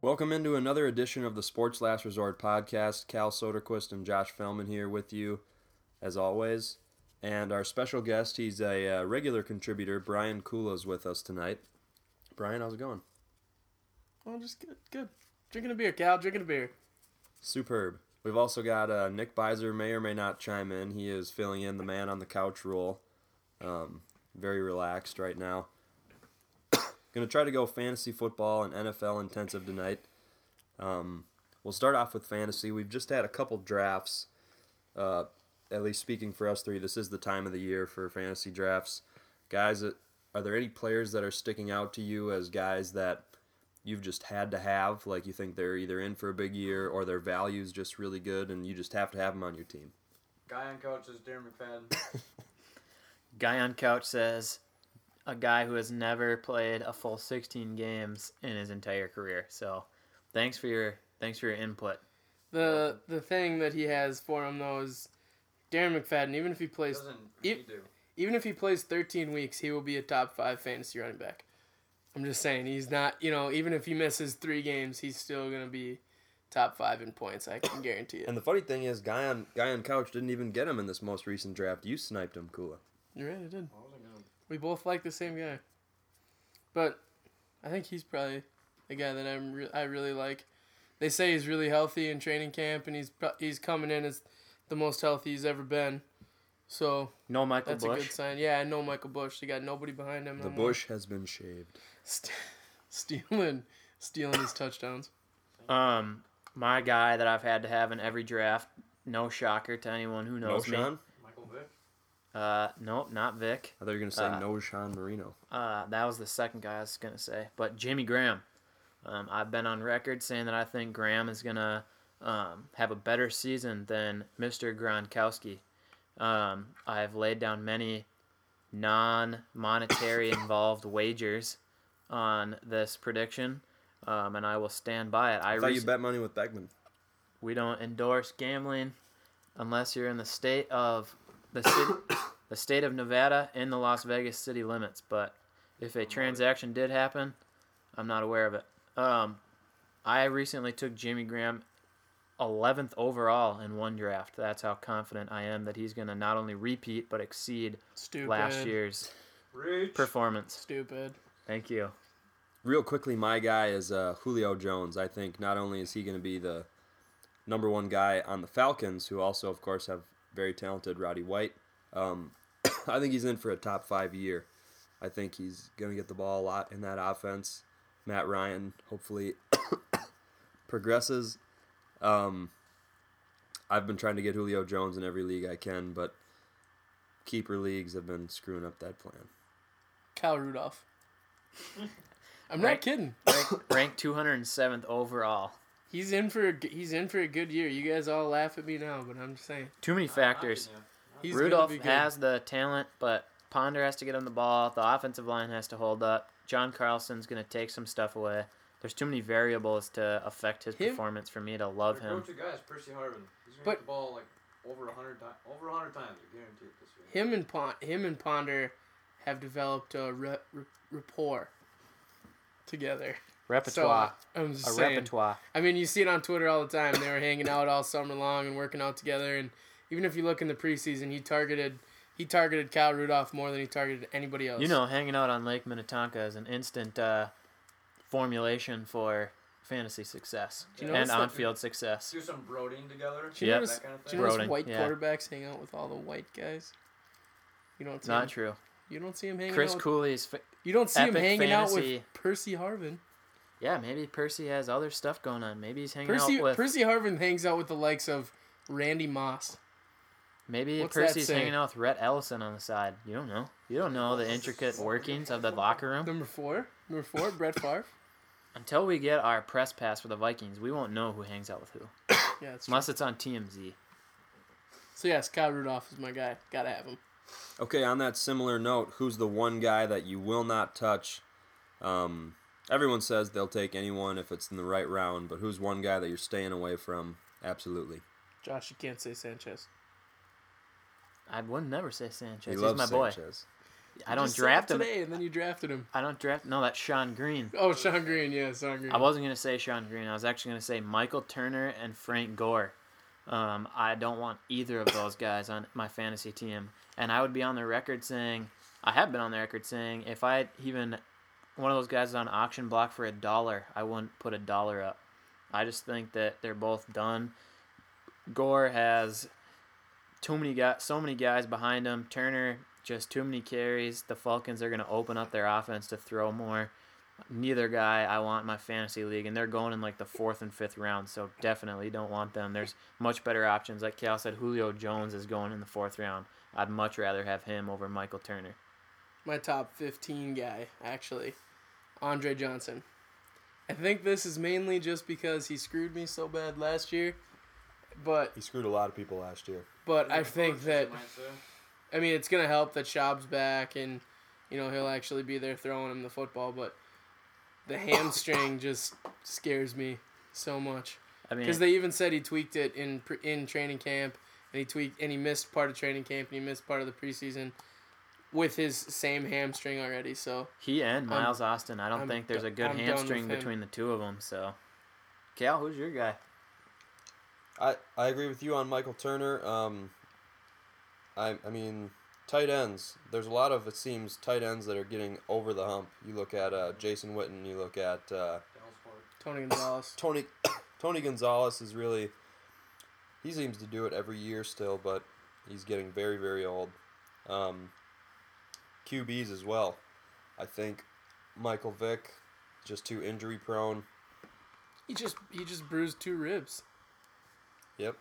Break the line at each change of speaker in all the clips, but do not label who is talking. Welcome into another edition of the Sports Last Resort podcast. Cal Soderquist and Josh Fellman here with you, as always. And our special guest, he's a uh, regular contributor, Brian Kula's with us tonight. Brian, how's it going?
Well, just good. Good. Drinking a beer, Cal. Drinking a beer.
Superb. We've also got uh, Nick Beiser, may or may not chime in. He is filling in the man on the couch role. Um, very relaxed right now. Going to try to go fantasy football and NFL intensive tonight. Um, we'll start off with fantasy. We've just had a couple drafts. Uh, at least speaking for us three, this is the time of the year for fantasy drafts. Guys, uh, are there any players that are sticking out to you as guys that you've just had to have? Like you think they're either in for a big year or their value's just really good and you just have to have them on your team?
Guy on coach is Darren McFadden.
Guy on couch says, a guy who has never played a full 16 games in his entire career. So, thanks for your thanks for your input.
The the thing that he has for him though is Darren McFadden. Even if he plays
Doesn't
Yep.
need to.
even if he plays 13 weeks, he will be a top five fantasy running back. I'm just saying he's not. You know, even if he misses three games, he's still gonna be top five in points. I can guarantee it.
And the funny thing is, guy on guy on couch didn't even get him in this most recent draft. You sniped him, Kula.
You're right. I did. We both like the same guy, but I think he's probably the guy that I'm. Re- I really like. They say he's really healthy in training camp, and he's pro- he's coming in as the most healthy he's ever been. So
No Michael
that's a
Bush.
good sign. Yeah, I know Michael Bush. They got nobody behind him.
The
no more.
bush has been shaved.
St- stealing, stealing his touchdowns.
Um, my guy that I've had to have in every draft. No shocker to anyone who
No,
knows me.
Sean.
Michael Vick.
Uh, nope, not Vic.
I thought you were gonna say
Uh,
no, Sean Marino.
Uh, that was the second guy I was gonna say, but Jimmy Graham. Um, I've been on record saying that I think Graham is gonna um, have a better season than Mr. Gronkowski. Um, I've laid down many non-monetary involved wagers on this prediction, um, and I will stand by it. I,
I thought you
rec-
bet money with Beckman.
we don't endorse gambling unless you're in the state of the city, the state of Nevada in the Las Vegas city limits. But if a transaction did happen, I'm not aware of it. Um, I recently took Jimmy Graham 11th overall in one draft. That's how confident I am that he's going to not only repeat but exceed
Stupid.
last year's
Reach.
performance.
Stupid.
Thank you.
Real quickly, my guy is uh, Julio Jones. I think not only is he gonna be the number one guy on the Falcons, who also of course have very talented Roddy White. Um, I think he's in for a top five year. I think he's gonna get the ball a lot in that offense. Matt Ryan hopefully progresses. Um, I've been trying to get Julio Jones in every league I can, but keeper leagues have been screwing up that plan.
Kyle Rudolph. I'm not
Right.
kidding.
Ranked 207th overall.
He's in for a g- he's in for a good year. You guys all laugh at me now, but I'm just saying.
Too many factors.
uh,
He's gonna
Rudolph
be good.
has the talent, but Ponder has to get on the ball. The offensive line has to hold up. John Carlson's going to take some stuff away. There's too many variables to affect his
Him-
performance for me to love
Their
him.
go-to guy is Percy Harvin. He's gonna
But-
get the ball like over 100 times. Over 100 times, I guarantee it this year.
him and Pon- him and Ponder have developed a re- re- rapport together. So
Repertoire.
I- I'm just
a
saying.
repertoire.
I mean, you see it on Twitter all the time. They were hanging out all summer long and working out together. And even if you look in the preseason, he targeted he targeted Kyle Rudolph more than he targeted anybody else.
You know, hanging out on Lake Minnetonka is an instant uh, formulation for fantasy success
Do you know
and
what's the-
on field success.
Do some brooding together.
Do you
Yep.
notice,
That kind of
do
thing.
you notice
Broding,
white
yeah.
quarterbacks hang out with all the white guys? You don't see him,
Not true.
you don't see him hanging
Chris
out. With,
Cooley's. Fa-
you don't see him
epic
hanging out with
fantasy.
Percy Harvin.
yeah, maybe Percy has other stuff going on. Maybe he's hanging
Percy
out with.
Percy Harvin hangs out with the likes of Randy Moss.
Maybe
What's that
Percy's
say?
hanging out with Rhett Ellison on the side. You don't know. You don't know the intricate workings of the locker room.
Number four, number four, Brett Favre.
Until we get our press pass for the Vikings, we won't know who hangs out with who.
Yeah, that's true.
Unless it's on TMZ.
so yes, Kyle Rudolph is my guy. Gotta have him.
Okay, on that similar note, who's the one guy that you will not touch? Um, everyone says they'll take anyone if it's in the right round, but who's one guy that you're staying away from? Absolutely.
Josh, you can't say Sanchez.
I would never say Sanchez.
He
He's
loves
my boy.
Sanchez.
I don't
Just said
draft him.
today, and then you drafted him.
I don't draft. No, that's Sean Green.
Oh, Sean Green, yeah, Sean Green.
I wasn't gonna say Sean Green. I was actually gonna say Michael Turner and Frank Gore. Um, I don't want either of those guys on my fantasy team, and I would be on the record saying I have been on the record saying if I even one of those guys is on auction block for a dollar, I wouldn't put a dollar up. I just think that they're both done. Gore has too many guys, so many guys behind him. Turner just too many carries. The Falcons are going to open up their offense to throw more neither guy I want in my fantasy league, and they're going in like the fourth and fifth round, so definitely don't want them. There's much better options. Like Cal said, Julio Jones is going in the fourth round. I'd much rather have him over Michael Turner.
my top 15 guy, actually, Andre Johnson. I think this is mainly just because he screwed me so bad last year, but
He screwed a lot of people last year.
but I
Of
think
course,
that
you might say.
I mean it's gonna help that Shab's back and you know he'll actually be there throwing him the football, but the hamstring just scares me so much
I mean,
because they even said he tweaked it in pre- in training camp and he tweaked and he missed part of training camp and he missed part of the preseason with his same hamstring already. So
he and
I'm-
Miles Austin. I don't
I'm
think there's
do-
a good
I'm done with
hamstring
him.
between the two of them. So, Cal, who's your guy?
I, I agree with you on Michael Turner. Um, I I mean, tight ends. There's a lot of it seems tight ends that are getting over the hump. You look at uh, Jason Witten. You look at uh,
Dallas Fort.
Tony Gonzalez.
Tony Tony Gonzalez is really he seems to do it every year still, but he's getting very very old. Um, QBs as well. I think Michael Vick just too injury prone.
He just he just bruised two ribs
Yep.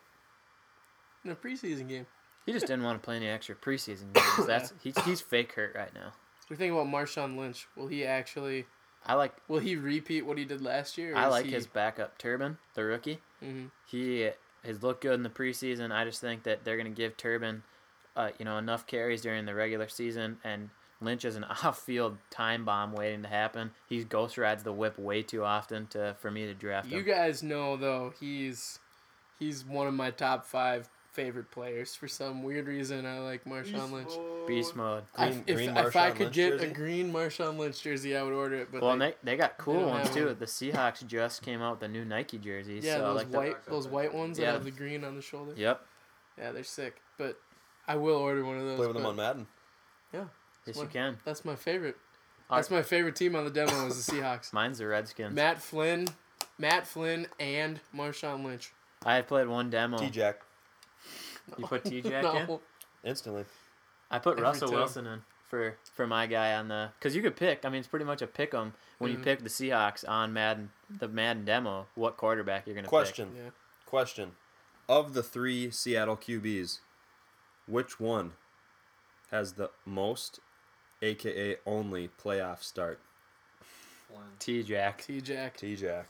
in a preseason game.
He just didn't want to play any extra preseason games. That's he's, he's fake hurt right now.
We think about Marshawn Lynch. Will he actually?
I like
Will he repeat what he did last year? or
I
is
like
he-
his backup Turbin, the rookie.
Mhm.
He has looked good in the preseason. I just think that they're going to give Turbin, uh, you know, enough carries during the regular season, and Lynch is an off-field time bomb waiting to happen. He ghost rides the whip way too often to for me to draft
You
him.
guys know though he's he's one of my top five favorite players for some weird reason. I like Marshawn Lynch.
Beast mode.
I-
Green-
if,
green
if I
Marshawn
could
Lynch
get
jersey?
a green Marshawn Lynch jersey, I would order it. But
Well, and
they-
they, they got cool
don't
ones
have
too.
one.
The Seahawks just came out with the new Nike jerseys.
yeah,
so
those
like the-
white those white ones
Yeah.
that have the green on the shoulder. Yeah,
Yep.
they're sick. But I will order one of those.
Play with him
but
on Madden.
Yes, you
What?
can.
That's my favorite.
All
That's my favorite team on the demo is the Seahawks.
Mine's the Redskins.
Matt Flynn, Matt Flynn, and Marshawn Lynch.
I had played one demo.
T Jack
You put T-Jack in?
No,
instantly.
I put
Every
Russell
time.
Wilson in for for my guy on the because you could pick. I mean, it's pretty much a pick 'em when you
Mhm.
pick the Seahawks on Madden, the Madden demo. What quarterback you're gonna
Question.
yeah.
Question. Of the three Seattle QBs, which one has the most, aka only, playoff start?
Flynn.
T Jack.
T Jack.
T Jack.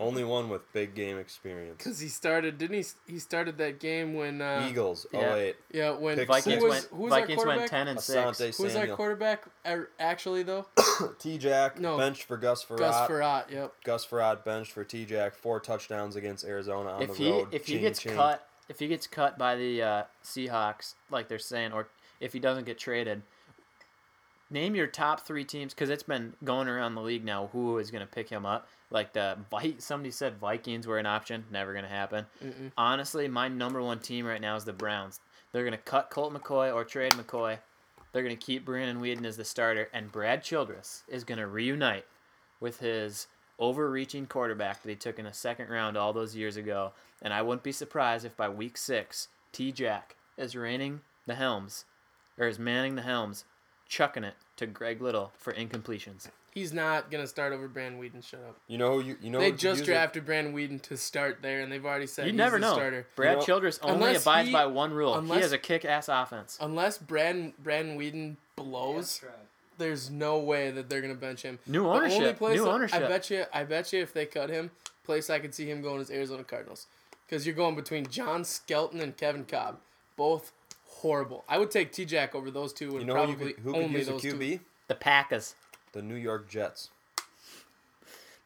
Only one with big game experience.
Because he started, didn't he? s- He started that game when, uh,
Eagles,
yeah.
08.
yeah, when
Pick
Vikings
who was,
went.
who was our
Vikings
quarterback?
went ten and six.
Asante
Who's our
Samuel.
quarterback? a- Actually, though,
T Jack,
No.
benched for Gus
Gus
Ferrat.
Ferrat. Yep.
Gus Ferrat benched for T Jack. Four touchdowns against Arizona on
If
the
he
road.
if he
Ching,
gets
ching.
cut, if he gets cut by the uh, Seahawks, like they're saying, or if he doesn't get traded, name your top three teams because it's been going around the league now. Who is gonna pick him up? Like the Vi- somebody said Vikings were an option. Never gonna happen.
Mm-mm.
Honestly, my number one team right now is the Browns. They're gonna cut Colt McCoy or trade McCoy. They're gonna keep Brandon Whedon as the starter, and Brad Childress is gonna reunite with his overreaching quarterback that he took in the second round all those years ago. And I wouldn't be surprised if by week six, T Jack is reigning the helms, or is manning the helms, chucking it to Greg Little for incompletions.
He's not gonna start over Brandon Whedon. Shut up.
You know who you, you know
They
who could
just
use it?
drafted Brandon Whedon to start there, and they've already said
You
he's
never
the
know.
starter.
Brad
You know-
Childress only
Unless
abides
he-
by one rule. he
unless- Uh,
has a kick-ass offense.
Unless Brand Brandon Whedon
Yeah,
blows,
try it.
there's no way that they're gonna bench him.
New
The only
ownership.
place
New
that-
ownership.
I bet you. I bet you if they cut him, place I could see him going is Arizona Cardinals, because you're going between John Skelton and Kevin Cobb, both horrible. I would take T Jack over those two, and
You know who, you
probably
could, who could
only
use a
those
QB?
two.
The Packers.
The New York Jets.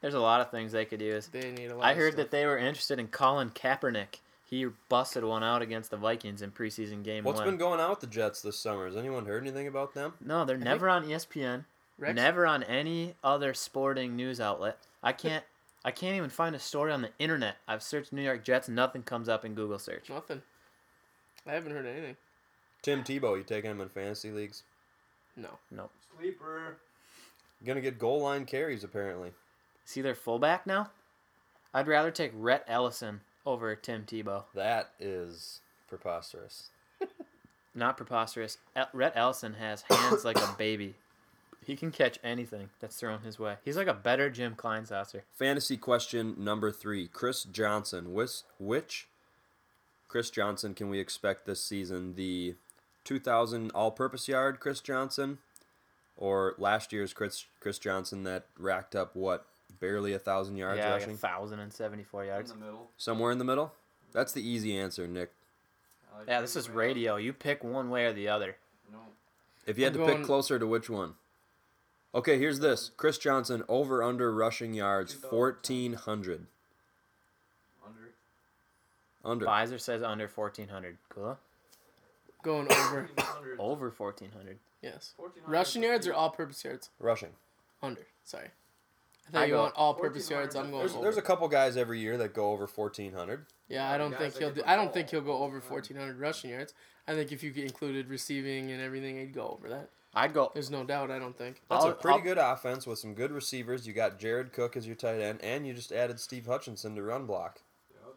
There's a lot of things they could use.
They need a lot.
I
of
heard
stuff.
that they were interested in Colin Kaepernick. He busted one out against the Vikings in preseason game
What's
one.
been going on with the Jets this summer? Has anyone heard anything about them?
no, they're never on E ESPN.
Rex,
Never on any other sporting news outlet. I can't. I can't even find a story on the internet. I've searched New York Jets. Nothing comes up in Google search.
nothing. I haven't heard anything.
Tim Tebow, you taking him in fantasy leagues?
No.
Sleeper.
Gonna get goal line carries apparently.
Is he their fullback now? I'd rather take Rhett Ellison over Tim Tebow.
That is preposterous.
Not preposterous. El- Rhett Ellison has hands like a baby. He can catch anything that's thrown his way. He's like a better Jim Kleinsasser.
Fantasy question number three: Chris Johnson. Which, which Chris Johnson can we expect this season? The 2000 all-purpose yard Chris Johnson, or last year's Chris Chris Johnson that racked up what barely a thousand yards
Yeah, like
rushing?
1,074
In
yards.
the middle.
Somewhere in the middle. That's the easy answer, Nick.
I like
Yeah,
Drake
this is
Bell.
radio. You pick one way or the other.
No.
If you had
I'm
to
going-
pick closer to which one? Okay, here's this: Chris Johnson over under rushing yards 1400
Under.
under.
Pfizer says under 1,400. Cool.
Going over.
1400.
Over 1,400.
yes.
1400
Rushing yards or all purpose yards?
rushing.
Under. Sorry. I thought
I
you
go-
want all purpose yards. I'm
1400.
going
There's,
over.
there's a couple guys every year that go over 1400.
yeah, I don't
Guys,
think
I
he'll
could
do.
go
I don't
all
think he'll go over
purpose yards.
1,400 rushing yards. I think if you get included receiving and everything, he'd go over that.
I'd go.
There's no doubt. I don't think.
That's
I'll-
a pretty
I'll-
good offense with some good receivers. You got Jared Cook as your tight end, and you just added Steve Hutchinson to run block.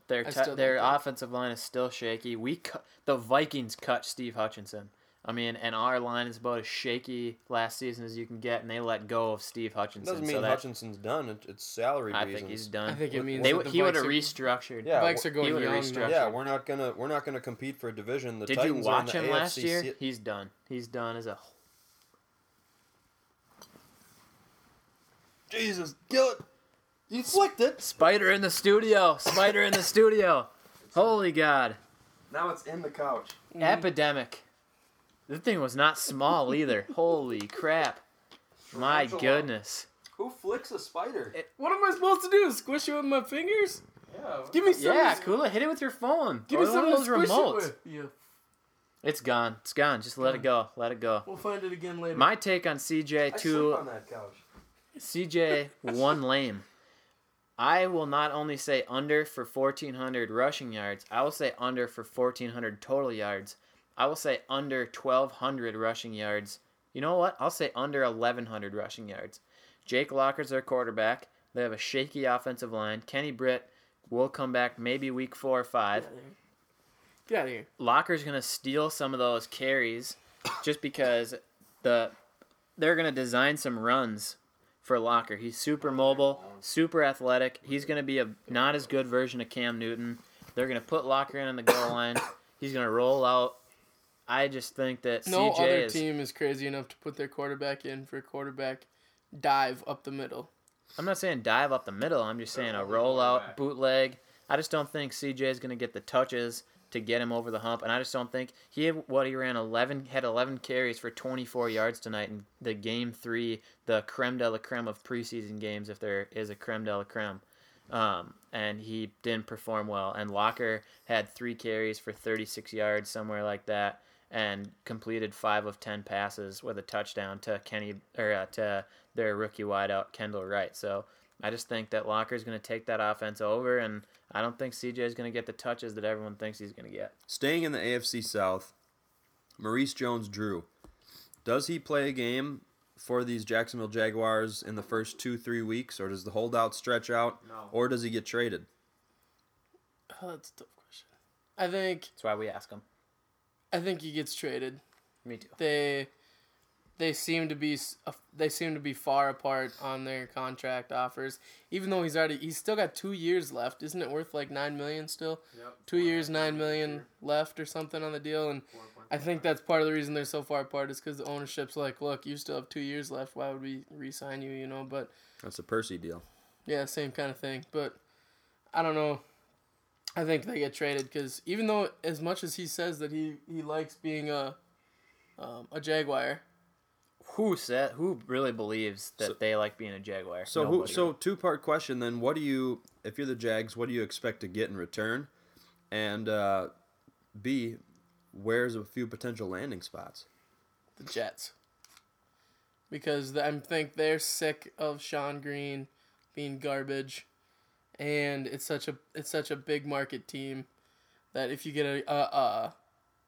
Their
I
t-
still don't
their
think-
offensive line is still shaky. We cut the Vikings cut Steve Hutchinson. I mean, and our line is about as shaky last season as you can get, and they let go of Steve
It
Hutchinson.
doesn't
so
mean
that
Hutchinson's done. It, it's salary
I
reasons.
think he's done.
I think it
What-
means
they
that
would-
the
he would have
Vikes are-
restructured.
Yeah,
Vikes are
wh-
going
would've
young.
restructured.
now.
yeah, we're not gonna we're not gonna compete for a division. The
Did you
Titans are in
watch
the
him
AFC
last year?
se-
He's done. He's done as a.
Jesus, Gillet, you flicked it.
Spider in the studio. Spider in the studio. Holy God.
Now it's in the couch.
Mm-hmm. Epidemic. The thing was not small either. Holy crap. My
Tarantula.
goodness.
Who flicks a spider?
What am I supposed to do? Squish it with my fingers?
Yeah. what-
Give me some.
Yeah, Kula, hit it with your phone.
Give
or
me some
one of those remotes.
It with. Yeah,
It's gone. It's gone. Just let it go. Let it go.
we'll find it again later.
My take on CJ two
that couch.
CJ one lame. I will not only say under for 1400 rushing yards. I will say under for 1400 total yards. I will say under 1200 rushing yards. You know what? I'll say under 1100 rushing yards. Jake Locker's their quarterback. They have a shaky offensive line. Kenny Britt will come back maybe week 4 or 5.
Get out of here.
Locker's gonna steal some of those carries, just because the they're gonna design some runs for Locker. He's super mobile, super athletic. He's gonna be a not as good version of Cam Newton. They're gonna put Locker in on the goal line. He's gonna roll out. I just think that
No
CJ
other
is.
team is crazy enough to put their quarterback in for a quarterback dive up the middle.
I'm not saying dive up the middle. I'm just saying a
Definitely going
rollout
back.
bootleg. I just don't think CJ is going to get the touches to get him over the hump, and I just don't think he had what he ran 11 had 11 carries for 24 yards tonight in the game three, the creme de la creme of preseason games, if there is a creme de la creme. Um, and he didn't perform well. And Locker had three carries for 36 yards, somewhere like that, and completed five of 10 passes with a touchdown to Kenny or uh, to their rookie wideout Kendall Wright. So I just think that Locker's going to take that offense over, and I don't think CJ is going to get the touches that everyone thinks he's going to get.
Staying in the AFC South, Maurice Jones-Drew. Does he play a game for these Jacksonville Jaguars in the first two three weeks, or does the holdout stretch out,
No.
or does he get traded?
Oh, that's a tough question. I think
That's why we ask him.
I think he gets traded.
Me too.
They they seem to be s- af- they seem to be far apart on their contract offers. Even though he's already he's still got two years left. Isn't it worth like nine million still?
Yep.
Two years, nine million left or something on the deal, and I think that's part of the reason they're so far apart is because the ownership's like, look, you still have two years left. Why would we re-sign you? You know, but
That's a Percy deal.
yeah, same kind of thing. But I don't know. I think they get traded because even though as much as he says that he he likes being a um, a Jaguar,
Who said? Who really believes that
So-
they like being a Jaguar?
So who?
Nobody.
So two part question then. What do you, if you're the Jags, what do you expect to get in return? And uh, B, where's a few potential landing spots?
the Jets. Because th- I think they're sick of Sean Green being garbage, and it's such a it's such a big market team that if you get a a, a,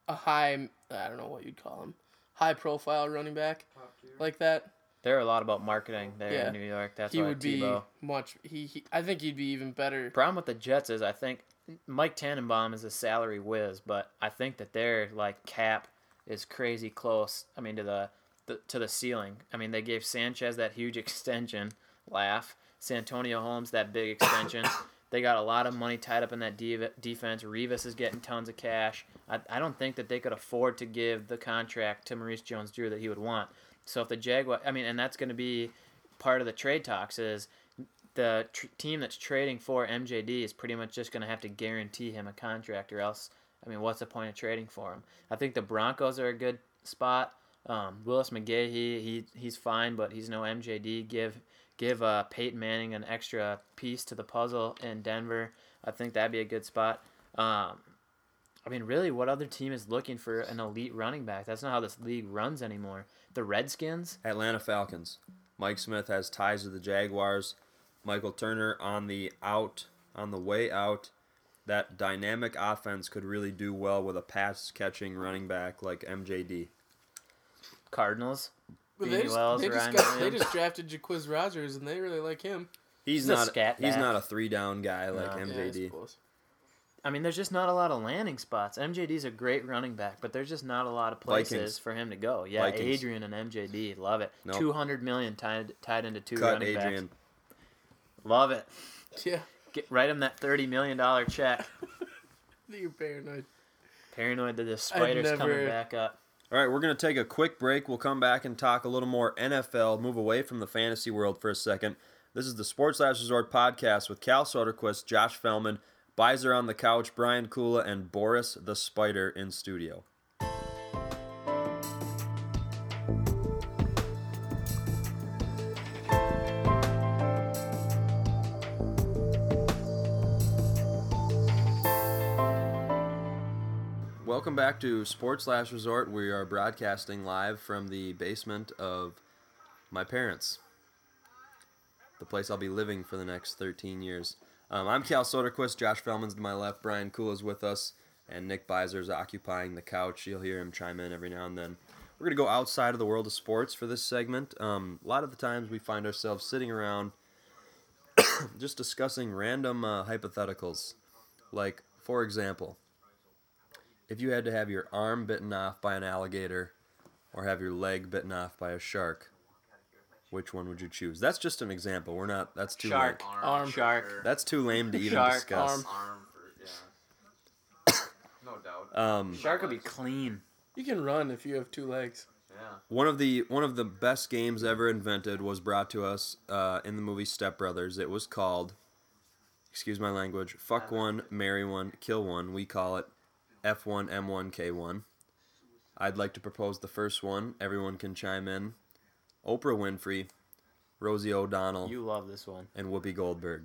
a high I don't know what you'd call him high profile running back
Top tier.
like that,
They're a lot about marketing there
Yeah.
in New York. That's
he
why
would
Tebow.
be much he, he I think he'd be even better.
problem with the Jets is I think Mike Tannenbaum is a salary whiz, but I think that their like cap is crazy close. I mean to the, the to the ceiling. I mean they gave Sanchez that huge extension. Laugh. Santonio Holmes that big extension. they got a lot of money tied up in that de- defense. Revis is getting tons of cash. I, I don't think that they could afford to give the contract to Maurice Jones-Drew that he would want. So if the Jaguar, I mean, and that's going to be part of the trade talks is the tr- team that's trading for MJD is pretty much just going to have to guarantee him a contract, or else, I mean, what's the point of trading for him? I think the Broncos are a good spot. Um, Willis McGahee, he he's fine, but he's no MJD. Give give uh, Peyton Manning an extra piece to the puzzle in Denver. I think that'd be a good spot. Um, I mean, really, what other team is looking for an elite running back? That's not how this league runs anymore. The Redskins,
Atlanta Falcons. Mike Smith has ties to the Jaguars. Michael Turner on the out, on the way out. That dynamic offense could really do well with a pass catching running back like MJD.
Cardinals.
But
Beanie
they just,
Wells,
they, just
Ryan
got, they
Williams.
just drafted Jaquiz Rogers, and they really like him.
He's
He's a
not
scat
he's
back.
not a three down guy like
No.
Yeah, I
MJD.
suppose.
I mean, there's just not a lot of landing spots. MJD's a great running back, but there's just not a lot of places
Vikings.
for him to go. Yeah,
Vikings.
Adrian and MJD, love it.
Nope.
Two hundred million tied tied into two
Cut
running
Adrian.
backs. Love it.
Yeah,
Get, write him that thirty million dollar check.
I think you're paranoid.
Paranoid that the spider's coming
never-
back up.
All right, we're going to take a quick break. We'll come back and talk a little more NFL, move away from the fantasy world for a second. This is the Sports Last Resort podcast with Cal Soderquist, Josh Fellman, Beiser on the couch, Brian Kula, and Boris the Spider in studio. Welcome back to Sports Last Resort. We are broadcasting live from the basement of my parents, the place I'll be living for the next 13 years. Um, I'm Cal Soderquist. Josh Feldman's to my left. Brian Cool is with us. And Nick Beiser's occupying the couch. You'll hear him chime in every now and then. We're going to go outside of the world of sports for this segment. Um, a lot of the times we find ourselves sitting around just discussing random uh, hypotheticals. Like, for example, if you had to have your arm bitten off by an alligator or have your leg bitten off by a shark, which one would you choose? That's just an example. We're not. That's too
Shark.
lame.
Arm.
Arm.
Shark.
for-
That's too lame to even
Shark,
discuss.
arm.
Arm for yeah. No doubt.
Um,
Shark would be clean.
You can run if you have two legs.
yeah.
one of the one of the best games ever invented was brought to us uh, in the movie Step Brothers. It was called, excuse my language, fuck one, marry one, kill one. We call it F one, M one, K one. I'd like to propose the first one. Everyone can chime in. Oprah Winfrey, Rosie O'Donnell,
You love this one.
and Whoopi Goldberg.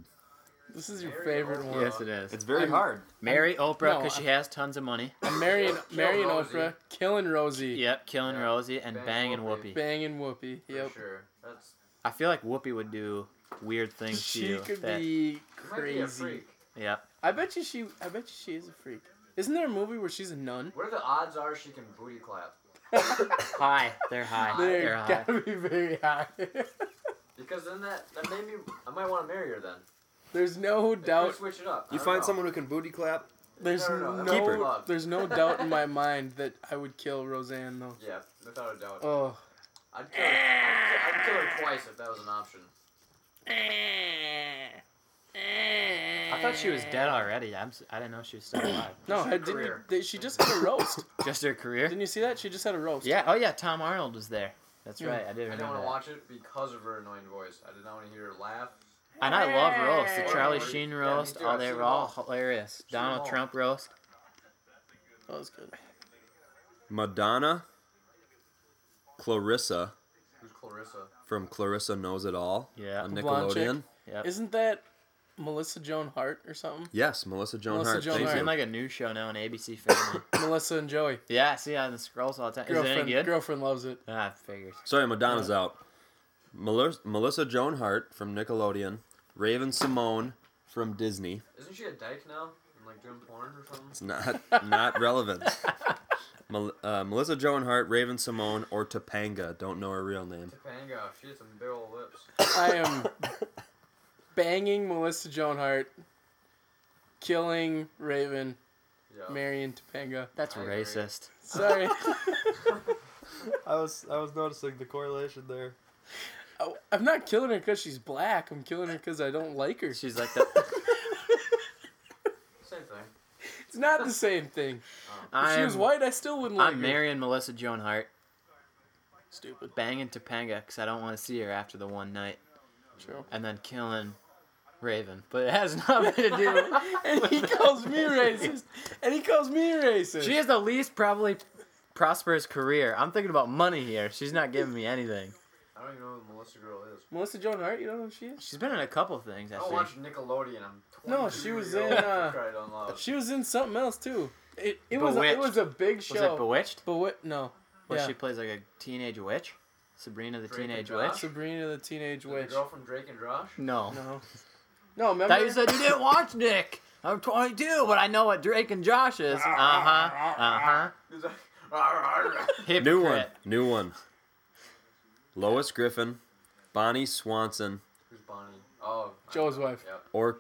This is your favorite one.
Yes, it is.
very hard.
Marry Oprah
No,
because she has tons of money.
I'm marrying,
Kill
marrying
Rosie.
Oprah, killing Rosie,
Yep, killing
Yeah.
Rosie and
Bang
banging
Whoopi.
Whoopi.
banging Whoopi.
For
Yep.
sure. That's
I feel like Whoopi would do weird things to
She
you.
could
that-
be
you might be a
crazy.
freak.
Yep.
I bet you she. I bet you she is a freak. Isn't there a movie where she's a nun?
What are the odds are she can booty clap?
High. They're high. They're,
They're
high.
gotta be very high.
Because then that that made me I might want to marry her then.
there's no
If we
doubt.
Switch it up. I
You
don't
find
know.
someone who can booty clap.
There's
No, no,
no.
no, that's
Keep her.
love.
There's no doubt in my mind that I would kill Roseanne though.
Yeah, without a doubt.
Oh.
I'd, kill her, I'd, kill, I'd kill her twice if that was an option.
I thought she was dead already. I'm, s- I didn't know she was still alive.
No,
her
I didn't. e,
career.
they- she just had a roast.
Just her career?
didn't you Hmm. see that? She just had a roast.
Yeah. Oh, yeah. Tom Arnold was there. That's
Yeah.
right. I did
I
remember.
didn't want
that.
to watch it because of her annoying voice. I did not want to hear her laugh.
And I love roasts. The Charlie
Yeah, me
Sheen
too.
roast.
I've
Oh,
seen
they were
them
all
all.
hilarious.
them
Donald
all.
Trump roast.
That was Oh, good.
Madonna, Clarissa
Who's Clarissa?
from Clarissa Knows It All
Yeah.
on
blonde chick.
Nickelodeon.
Yep.
Isn't that Melissa Joan Hart or something?
Yes, Melissa Joan
Melissa
Hart.
Joan
thank
Hart.
It's
you.
in like a news show now on ABC Family.
Melissa and Joey.
yeah, see on the scrolls all the time. Is it
Girlfriend,
any good?
girlfriend loves it.
ah, figures.
Sorry, Madonna's out. Melissa, Melissa Joan Hart from Nickelodeon, Raven Simone from Disney.
Isn't she a dyke now? And like doing porn or something?
It's not not relevant. Mel, uh, Melissa Joan Hart, Raven Simone, or Topanga. Don't know her real name.
Topanga, she has some big old lips.
I am banging Melissa Joan Hart, killing Raven,
Yeah.
marrying Topanga.
That's
I agree.
racist.
Sorry.
I was I was noticing the correlation there.
I- Oh, I'm not killing her because she's black. I'm killing her because I don't like her.
She's like the.
Same thing.
It's not the same thing. If she
I'm,
was white, I still wouldn't like
I'm
her.
marrying Melissa Joan Hart,
Stupid.
banging Topanga because I don't want to see her after the one night,
True.
and then killing Raven. But it has nothing to do.
and he calls me racist. And he calls me racist.
she has the least probably prosperous career. I'm thinking about money here. She's not giving me anything.
I don't even know who Melissa girl is.
Melissa Joan Hart, you don't know who she is?
She's been in a couple things. I
I don't
think.
Oh, watch Nickelodeon. I'm 22
No, she was
years
in,
old,
uh,
cried out loud.
She was in something else too. It, it was a, it
Bewitched.
was a big
Was it
show.
Bewitched?
But what? No.
Where
yeah.
she plays like a teenage witch. Sabrina the
Drake and
teenage
Josh?
witch.
Sabrina the Teenage
The
Witch.
girl from Drake and Josh?
No.
No. No, remember?
That you said you didn't watch Nick. I'm 22, but I know what Drake and Josh is. Uh huh. Uh huh.
He's like, "Arr, arr."
Hypocrite.
New one. New one. Lois Griffin, Bonnie Swanson,
Who's Bonnie? Oh, I-
Joe's wife.
Yep.
or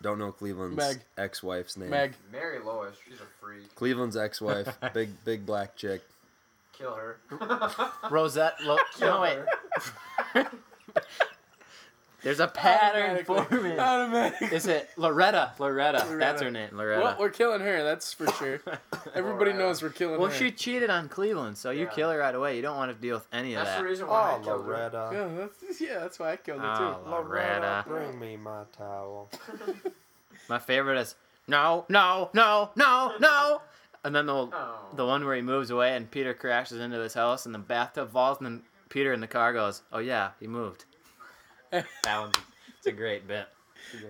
don't know Cleveland's
Meg.
ex-wife's name.
Meg.
Mary Lois, she's a freak.
Cleveland's ex-wife, big big black chick.
Kill her.
Rosette. Lo- no wait.
her.
There's a pattern
Automatically.
forming.
Automatic.
Is it Loretta? Loretta. That's
Loretta.
her name.
Well,
Loretta.
we're killing her, that's for sure. Everybody
Alright.
knows we're killing
Well,
her.
she cheated on Cleveland, so you
Yeah.
kill her right away. You don't want to deal with any of
That's the
that.
reason why
Oh,
I killed her.
Yeah, that's, yeah, that's why I killed her
Oh,
too.
Loretta.
bring
me my towel.
My favorite is no, no, no, no, no. And then the
Oh.
the one where he moves away and Peter crashes into his house and the bathtub falls and then Peter in the car goes, "Oh yeah, he moved." that one's it's a great bit.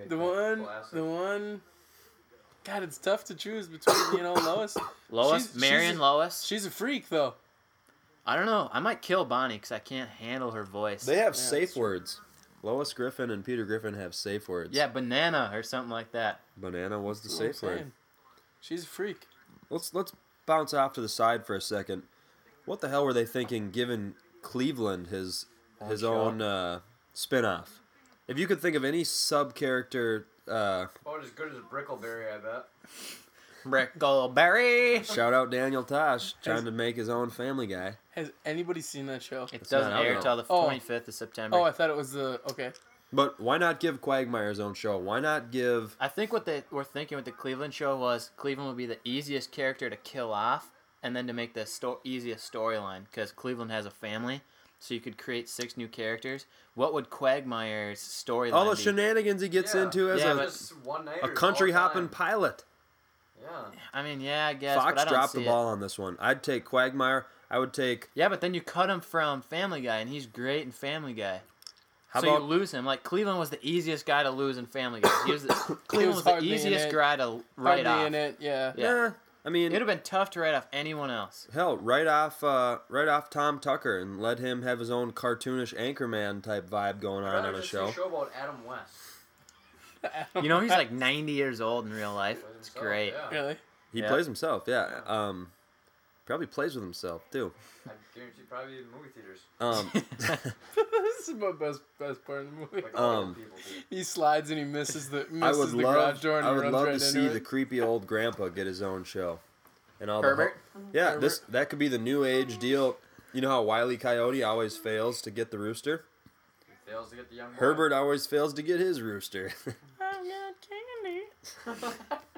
The one,
Classic.
the one. God, it's tough to choose between you know Lois.
Lois,
She's-
Marion
she's a-
Lois.
She's a freak though.
I don't know. I might kill Bonnie because I can't handle her voice.
They have
Yeah, that's
safe
true.
words. Lois Griffin and Peter Griffin have safe words.
yeah, banana or something like that.
Banana was the
That's what I'm
safe word.
saying. She's a freak.
Let's let's bounce off to the side for a second. What the hell were they thinking giving Cleveland his his
show?
own uh spin-off? If you could think of any sub-character uh
Oh.
About as good as Brickleberry, I bet.
Brickleberry.
shout out Daniel Tosh trying to make his own family guy.
Has anybody seen that show?
It
not
doesn't
out
air
now.
until the
Oh.
25th of September.
Oh, I thought it was the okay.
But why not give Quagmire his own show? Why not give
I think what they were thinking with the Cleveland show was Cleveland would be the easiest character to kill off, and then to make the sto- easiest storyline because Cleveland has a family, so you could create six new characters. What would Quagmire's storyline?
all the
be?
shenanigans he gets
Yeah.
into as
Yeah,
a,
but-
Just one night.
a country hopping pilot?
Yeah.
I mean, yeah, I guess. but
Fox
I don't
dropped
see
the
it.
ball on this one. I'd take Quagmire. I would take
Yeah, but then you cut him from Family Guy, and he's great in Family Guy.
how
so
about
you lose him. Like Cleveland was the easiest guy to lose in Family Guy. He was the, Cleveland was, the
hardly in
easiest
it.
guy to write
Hardly
off.
in it. Yeah.
Yeah.
Yeah, I mean,
It would have been tough to write off anyone else.
hell, right off, uh, right off Tom Tucker, and let him have his own cartoonish Anchorman type vibe going
I'd
on
rather
on a
just see
show.
show about Adam West.
You know, he's like 90 years old in real life.
Plays
It's
himself,
great.
Yeah.
Really?
He
Yeah.
plays himself, yeah. Um, probably plays with himself too.
I guarantee probably in movie theaters.
Um,
this is my best best part of the movie.
Like all
Um,
the people do.
He slides and he misses the misses
I would
the
love,
garage door and
I
he
would
runs
love
right
to see
into
the
it.
creepy old grandpa get his own show, and all
Herbert?
the whole- yeah, this that could be the new age deal. You know how Wiley Coyote always fails to get the rooster.
He fails to get the young boy.
Herbert always fails to get his rooster.
I'm not candy.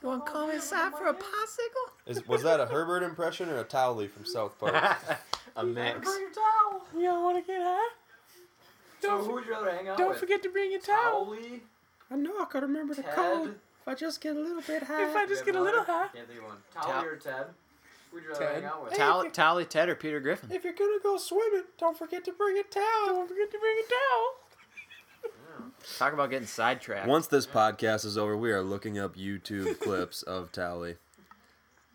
You want to come inside for a popsicle?
Is, was that a Herbert impression or a Towley from South Park?
a mix.
Bring your towel.
Y'all want to get high?
So
Don't
who would you rather hang out
Don't
with?
forget to bring your towel.
Towley.
I know I could remember the
Ted. code
if I just get a little bit
If I just get a little high.
Can't think of one.
Tow-
Towley or Ted? Who'd you rather
Ted.
hang out with?
Tally, Tally Ted or Peter Griffin?
If you're gonna go swimming, don't forget to bring a towel.
Don't forget to bring a towel.
Yeah.
Talk about getting sidetracked.
Once this podcast is over, we are looking up YouTube clips of Tally.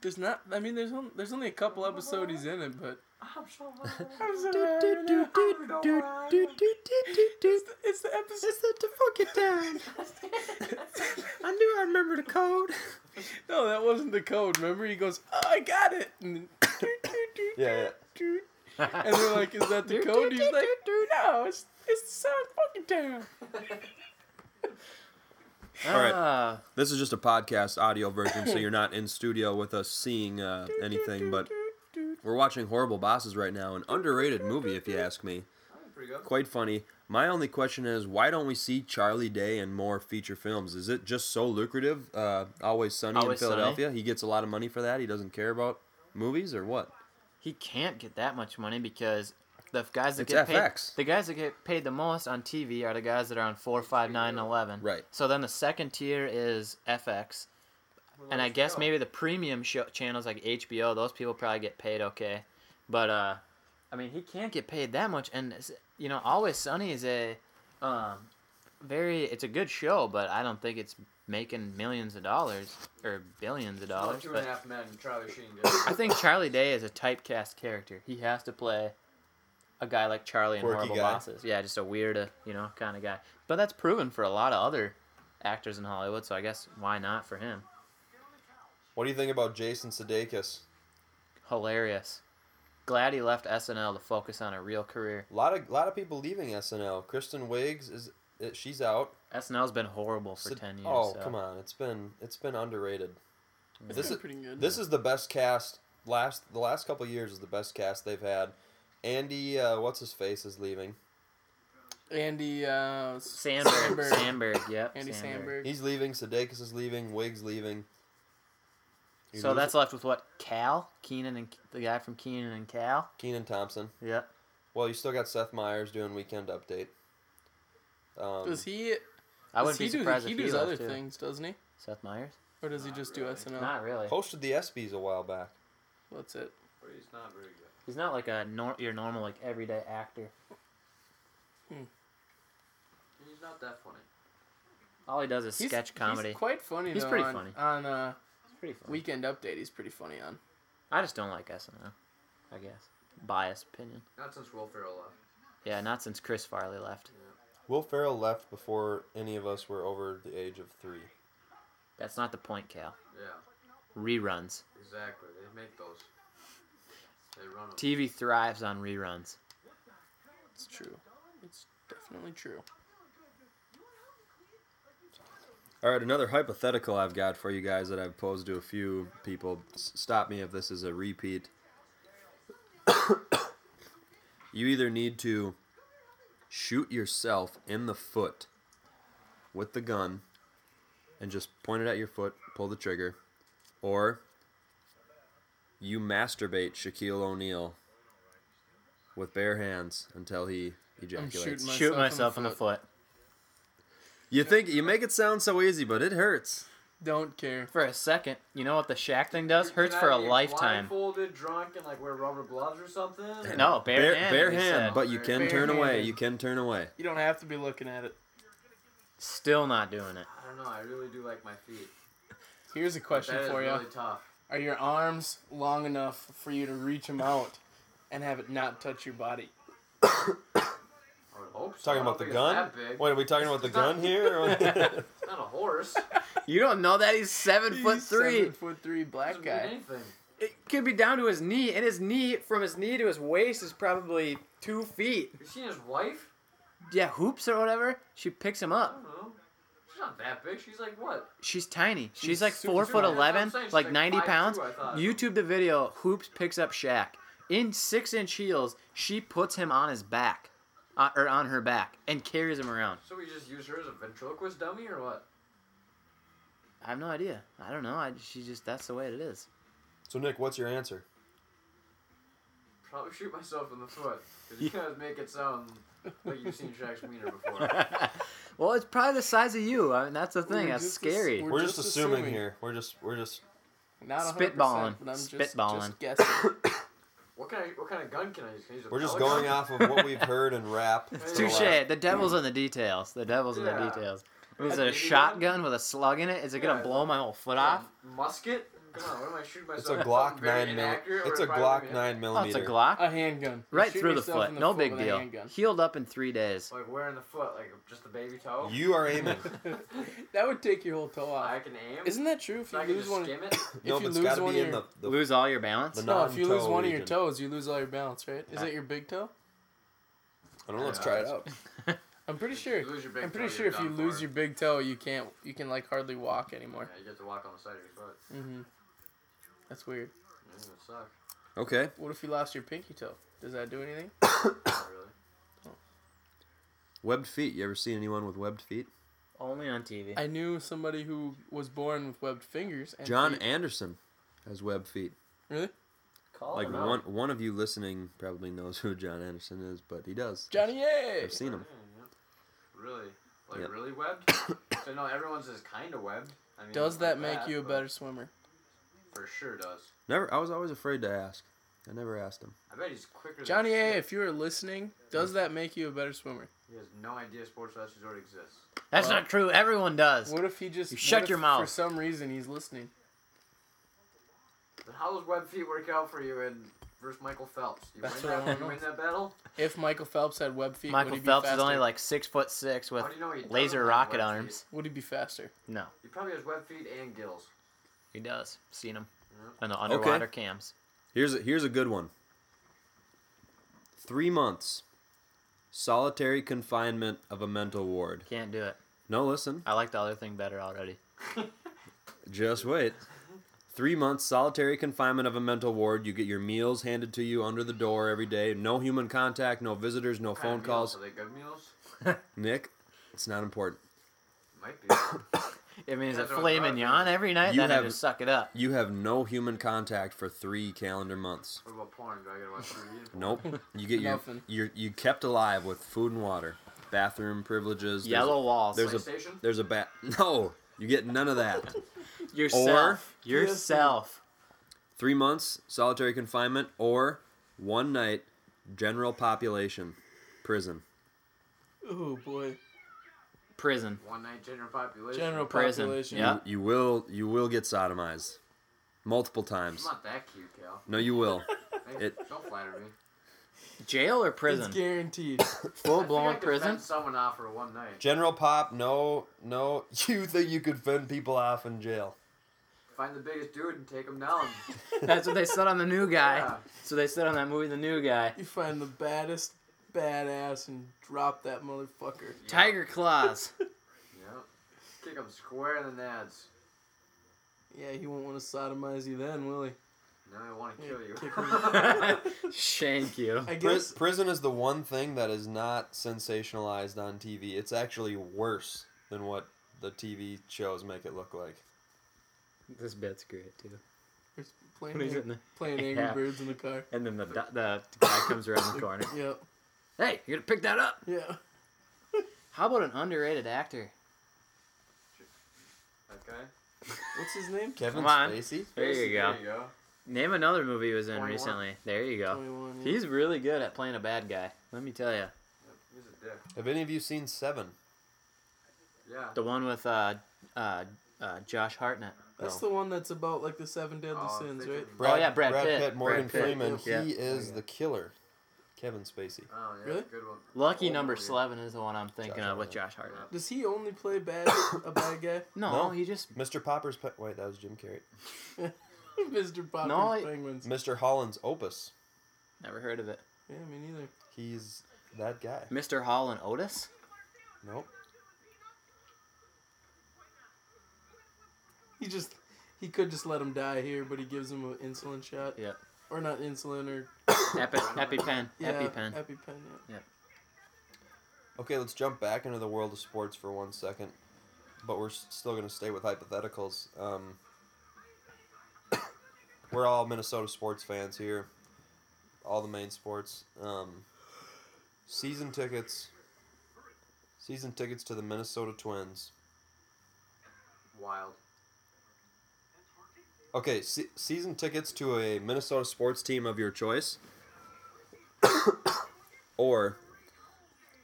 There's not. I mean, there's only, there's only a couple episodes he's in it, but
I'm so
it's the, it's the episode.
I knew I remembered the code.
No, that wasn't the code. Remember, he goes, "Oh, I got it." And, then,
Yeah,
and they're like, "Is that the code?" He's like, "No, it's it's the sound fucking town."
All right.
Ah.
This is just a podcast audio version, so you're not in studio with us seeing uh, anything. But we're watching Horrible Bosses right now, an underrated movie, if you ask me.
pretty good.
Quite funny. My only question is, why don't we see Charlie Day in more feature films? Is it just so lucrative? Uh, Always Sunny
Always
in
Sunny.
Philadelphia. He gets a lot of money for that. He doesn't care about movies or what.
he can't get that much money because the guys that
It's
get
FX.
paid the guys that get paid the most on TV are the guys that are on four, five, nine, and eleven.
Right.
So then the second tier is FX,
Well,
and I
let's
guess
go.
maybe the premium show channels like HBO, those people probably get paid okay, but uh, I mean he can't get paid that much, and it's- you know Always Sunny is a um, very it's a good show, but I don't think it's making millions of dollars or billions of
Well,
dollars.
Two
but-
and a half men. Charlie Sheen.
I think Charlie Day is a typecast character. He has to play a guy like Charlie in
Quirky
Horrible
guy.
Bosses. Yeah, just a weird, uh, you know, kind of guy. But that's proven for a lot of other actors in Hollywood, so I guess why not for him?
What do you think about Jason Sudeikis?
Hilarious. Glad he left SNL to focus on a real career.
A lot of lot of people leaving SNL. Kristen Wiggs is it- she's out.
SNL's been horrible for
Sud-
10 years.
oh
so.
come on, it's been it's been underrated. This
It's
is
pretty good.
this is the best cast. Last the last couple of years is the best cast they've had. Andy, uh, what's his face is leaving.
Andy uh,
Sandberg. Sandberg,
Sandberg.
yep.
Andy Sandberg.
He's leaving. Sudeikis is leaving. Wiggs leaving. You
So
lose
that's left with what? Cal? Keenan and the guy from Keenan and Cal?
Keenan Thompson.
Yep.
Well, you still got Seth Meyers doing Weekend Update. Um,
Does he?
I
does
wouldn't
he
be
do?
surprised
He
if he
does
left,
other
too.
things, doesn't he?
Seth Meyers?
Or does he just do
really.
SNL?
Not really.
hosted the ESPYS a while back.
Well, That's it.
He's not very good.
He's not like a nor- your normal like everyday actor.
He's not that funny.
All he does is
He's-
sketch comedy.
He's quite funny.
He's
though,
pretty
on,
funny.
On uh,
It's pretty funny.
Weekend Update, he's pretty funny on.
I just don't like SNL. I guess biased opinion.
Not since Will Ferrell left.
Yeah, not since Chris Farley left.
Will Ferrell left before any of us were over the age of three.
That's not the point, Cal.
Yeah,
Reruns.
exactly. They make those. They run them.
TV thrives on reruns.
It's true. It's definitely true.
All right, another hypothetical I've got for you guys that I've posed to a few people. S- stop me if this is a repeat. you either need to shoot yourself in the foot with the gun and just point it at your foot, pull the trigger, or you masturbate Shaquille O'Neal with bare hands until he ejaculates.
shooting my- Myself in the
Shoot myself in the foot.
You think you make it sound so easy, but it hurts.
Don't care.
For a second, you know what the Shaq thing does? Hurts for a lifetime.
Blindfolded, drunk, and like wear rubber gloves or something.
No, bare,
bare,
hand.
bare
he
hand,
said.
but you can
Bare
turn away.
hand.
You can turn away.
You don't have to be looking at it.
still not doing it.
I don't know. I really do like my feet.
Here's a question
That is
for you:
really tough.
Are your arms long enough for you to reach them out and have it not touch your body?
I would hope so.
Talking
I don't
about the
think
gun?
It's that big.
Wait, are we talking about the gun here?
It's not a horse.
You don't know that he's seven foot
He's
three.
seven foot three, black
Doesn't mean
guy.
anything.
It could be down to his knee, and his knee from his knee to his waist is probably two feet.
You seen his wife?
Yeah, hoops or whatever. She picks him
I
up.
don't know. She's not that big. She's like what?
She's tiny. She's,
She's
like
super
four foot
tiny.
That's what I'm
eleven,
saying. She's
like
like
ninety
5'2",,
pounds.
I thought.
YouTube the video. Hoops picks up Shaq in six inch heels. She puts him on his back, uh, or on her back, and carries him around.
So we just use her as a ventriloquist dummy or what?
I have no idea. I don't know. I, she just that's the way it is.
so Nick, what's your answer?
Probably shoot myself in the foot. 'Cause you guys make it sound like you've seen Shaq's wiener before.
well, it's probably the size of you. I mean, that's the thing.
We're
that's
just a-
scary.
We're, just,
just
assuming,
assuming.
here. We're just we're just
Not a
Spitballing.
But I'm just, just
Spitballing.
guessing.
What kind of what kind of gun can I use? Can I use a
We're just
pellet
going
gun?
off of what we've heard and rap. for the
Touche.
last-
The devil's in the details. The devil's in the
Yeah.
details. Is
A
it a
BB gun?
shotgun with a slug in it? Is it gonna
Yeah.
blow my whole foot
Yeah,
off?
Musket? Come on, what am I shooting
It's a
myself?
Glock
Something very
nine mil.
inaccurate
It's
or
a
probably
Glock
gonna be-
nine
Oh, it's
millimeter.
a Glock.
A handgun. You
right
shoot
through the
yourself
foot.
in
no
foot
big
with a
deal.
handgun.
Healed up in three days.
Like where in the foot? Like just the baby toe?
You are aiming.
That would take your whole toe
I
off.
can aim.
Isn't that true? If
so
you
I can
lose
just
one,
skim
no,
it?
If you
but it's
lose
got to
one
be in the,
of
the
Lose all your balance.
The
no, if you lose
non-toe
one of your
region.
toes, you lose all your balance, right? Is
Yeah.
it your big toe?
I don't know. Let's try it out.
I'm pretty sure.
You lose your big
I'm pretty
toe,
sure
you're
if you
done
lose
for.
your big toe, you can't. You can like hardly walk
Yeah,
anymore.
you have to walk on the side of your foot.
hmm That's weird.
Mm, it sucks.
Okay.
What if you lost your pinky toe? Does that do anything?
Not really.
Webbed feet. You ever seen anyone with webbed feet?
Only on TV.
I knew somebody who was born with webbed fingers. And
John
feet.
Anderson has webbed feet.
really?
Call
like
him out.
one one of you listening probably knows who John Anderson is, but he does.
Johnny A.
I've seen him.
Yeah, yeah. Really? Like
Yeah.
really webbed? so no, everyone's is kind of webbed. I mean,
Does
like
that make you a
but
better swimmer?
For sure does.
Never. I was always afraid to ask. I never asked him.
I bet he's quicker. than
Johnny A,
shit.
if you are listening, does that make you a better swimmer?
He has no idea sports vestries already exists.
That's not true. Everyone does.
What if he just
You
what
shut
if
your mouth.
For some reason, he's listening.
Then how does web feet work out for you in versus Michael Phelps? You
That's
win
what I
that,
wanna
you
know.
win that battle?
If Michael Phelps had web feet,
Michael
would he be
Phelps
faster?
is only like six foot six with
How do you know he doesn't
laser
have
rocket
web feet?
arms.
Would he be faster?
No,
He probably has web feet and gills.
he does. Seen him
Yeah.
on the underwater cams.
Here's a, here's a good one. Three months, solitary confinement of a mental ward.
Can't do it.
No, listen.
I like the other thing better already.
Just wait. Three months solitary confinement of a mental ward. You get your meals handed to you under the door every day. No human contact. No visitors. No
What kind
phone
of meals?
calls.
Are they good meals?
Nick, it's not important.
Might be.
I mean, is it
That's what
filet
I'm talking
mignon every night?
You
then I
have-
just suck it up.
You have no human contact for three calendar months.
what about porn? Do I gotta watch TV? and porn?
Nope. You get your
Nothing.
you you kept alive with food and water, bathroom privileges. There's
Yellow walls.
there's a-
PlayStation?
A, there's a bat. No, you get none of that.
yourself. yourself.
Three months solitary confinement or one night general population prison.
Oh boy,
Prison.
One night general population.
general
Prison.
population.
Yeah.
You will you will get sodomized multiple
It's
times.
not that cute, Cal.
No, you will.
Hey,
It-
don't flatter me.
Jail or
It's
prison?
guaranteed.
Full
I
blown
could
prison.
fend someone off for one night.
General pop. No, no. You think you could fend people off in jail?
Find the biggest dude and take him down.
That's what they said on the new guy.
Yeah.
So they said on that movie, the new guy.
you find the baddest badass and drop that motherfucker.
Tiger claws.
Yep. Kick him square in the nads.
Yeah, he won't want to sodomize you then, will he?
Now I want to kill you.
kick
Shank you.
Pri-
I guess.
prison is the one thing that is not sensationalized on TV. It's actually worse than what the TV shows make it look like.
This bit's great too.
It's
When he's in
Playing,
the-
playing Angry
Yeah.
Birds in the car.
And then the, do- the guy comes around the corner.
Yep.
Hey, you're gonna pick that up.
Yeah.
How about an underrated actor?
Okay.
What's his name?
Kevin
Come on.
Spacey?
There you
Basically,
go.
There you go.
Name another movie he was in
21.
recently. There you go.
21, yeah.
He's really good at playing a bad guy. Let me tell you.
Yep, He's a dick.
Have any of you seen Seven?
Yeah.
The one with uh, uh, uh, Josh Hartnett.
That's the one that's about like the seven deadly
Oh, I'm
sins,
thinking-
right?
Oh, yeah, Brad Pitt.
Morgan
Brad Pitt.
Freeman.
Yeah.
He is
Yeah.
the killer. Kevin Spacey.
Oh, yeah.
Really?
Good one.
Lucky
Old
number
movie.
eleven is the one I'm thinking
Josh
of with
Hartnett.
Josh Hartnett.
Does he only play bad a bad guy?
No,
No.
he just
Mr. Popper's pet. Wait, that was Jim Carrey.
Mr. Popper's
No, I-
Penguins.
Mr. Holland's Opus.
never heard of it.
Yeah, me neither.
He's that guy.
Mr. Hall and Otis.
Nope.
He just he could just let him die here, but he gives him an insulin shot.
Yep.
Or not insulin or
Epi- EpiPen.
yeah,
EpiPen.
EpiPen. Yeah.
Okay, let's jump back into the world of sports for one second, but we're s- still going to stay with hypotheticals. Um, we're all Minnesota sports fans here, all the main sports. Um, season tickets, season tickets to the Minnesota Twins.
Wild.
Okay, se- season tickets to a Minnesota sports team of your choice, or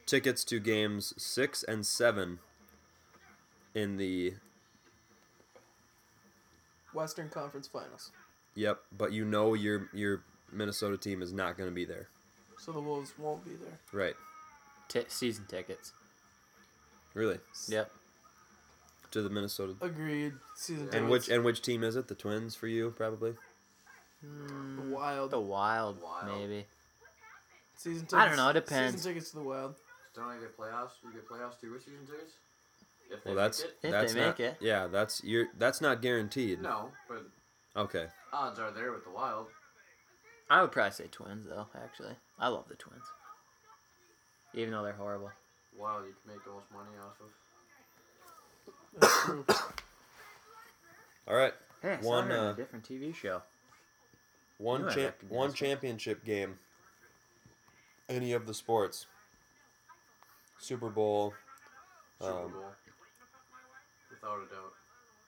tickets to games six and seven in the
Western Conference Finals.
yep. But you know your your Minnesota team is not going to be there,
So the Wolves won't be there.
right?
T- season tickets.
Really,
Yep.
to the Minnesota.
Oh,
Agreed. Season
And
tickets.
which and which team is it? The Twins for you, probably.
The Wild.
The wild,
Wild.
maybe.
Season tickets.
Oh. I don't know, it depends.
Season tickets to the Wild.
Don't I get playoffs? You get playoffs too with season tickets? If they
Well, that's
make
If
that's
they
not,
make it.
yeah. That's you're that's not guaranteed.
it. No, but
Okay.
odds are there with the Wild.
I would probably say twins though. Actually, I love the twins, even though they're horrible.
Wild, you can make the most money off of.
That's true.
All right.
Hey, I saw
One,
her on
uh,
a different TV show.
One
You know I
champ,
recognize
one
that.
championship game. Any of the sports. Super Bowl
Super
Um,
Bowl. Without a doubt.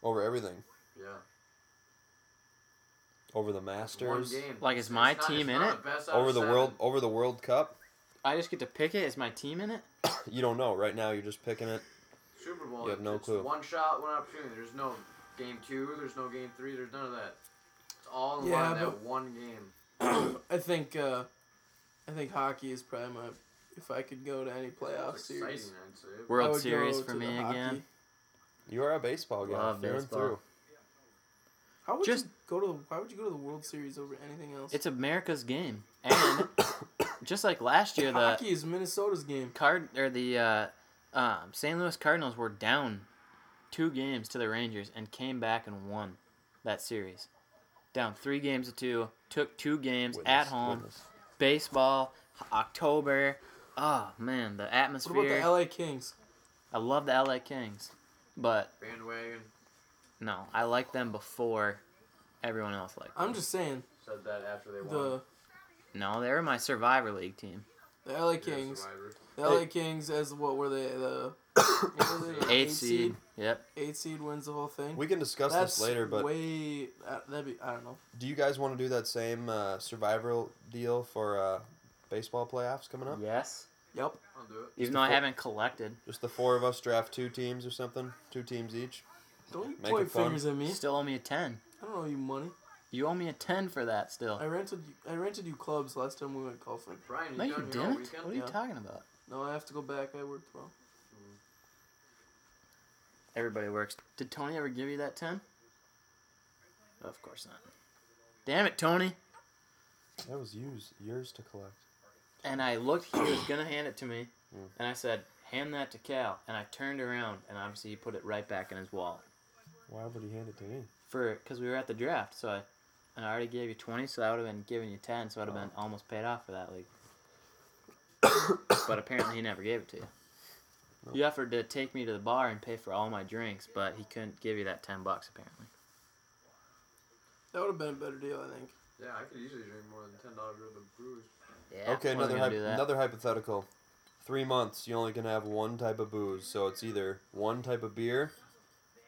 over everything,
Yeah.
over the
It's one
Masters,
game.
Like, is my team in it?
over the world, over the World Cup.
I just get to pick it. Is my team in it?
You don't know right now. You're just picking it.
Super Bowl.
You have no
it's
clue.
One shot, one opportunity. There's no game two. There's no game three. There's none of that. It's all in
Yeah,
one, that
but-
one game.
I think uh, I think hockey is probably my if I could go to any playoff
It's exciting,
series.
I'd say.
I
World
would
Series
go
for
to
me
the hockey.
again.
You are a baseball guy
Love
through and
baseball.
through.
How would
Just-
you go to the why would you go to the World Series over anything else?
It's America's game, and just like last year, the
hockey is Minnesota's game.
card or the uh, um, St. Louis Cardinals were down two games to the Rangers and came back and won that series. Down three games to two, took two games at
Witness,
home.
witness.
Baseball, October. Oh man, the
What about
atmosphere.
the LA Kings?
I love the LA Kings, but
Bandwagon
no, I liked them before everyone else liked them.
I'm just saying
said that after they won.
the
no, they were my Survivor League team.
the LA
Yeah,
Kings.
Survivor.
The LA Kings as what were they the what were they, the
Eighth seed. Yep.
Eight seed wins the whole thing.
We can discuss
That's
this later, but
way uh, that'd be I don't know.
do you guys want to do that same uh, survival deal for uh, baseball playoffs coming up?
Yes.
Yep.
I'll do it.
Even
the
though I
fo-
haven't collected,
Just the four of us draft two teams or something, two teams each.
Don't you
Make
point
it fun.
fingers at me.
you still owe me a ten.
I don't owe you money.
You owe me a ten for that still.
I rented you- I rented you clubs last time we went golfing.
Brian, you
No, you
done your whole
didn't.
weekend?
What are you
Yeah.
talking about?
No, I have to go back. I worked well.
Everybody works. Did Tony ever give you that 10? Of course not. Damn it, Tony.
That was yours, yours to collect.
And I looked, he was going to hand it to me. And I said, hand that to Cal. And I turned around, and obviously he put it right back in his wallet.
Why would he hand it to me?
For, because we were at the draft, so I, and I already gave you 20, so I would have been giving you 10, so I'd have been
Oh.
almost paid off for that league. but apparently he never gave it to you. You offered to take me to the bar and pay for all my drinks, but he couldn't give you that 10 bucks, apparently.
That would have been a better deal, I think.
Yeah, I could easily drink more than ten dollars worth of booze.
Yeah,
okay,
wasn't
another
gonna
hy-
do that.
another hypothetical. Three months, you only can have one type of booze, so it's either one type of beer,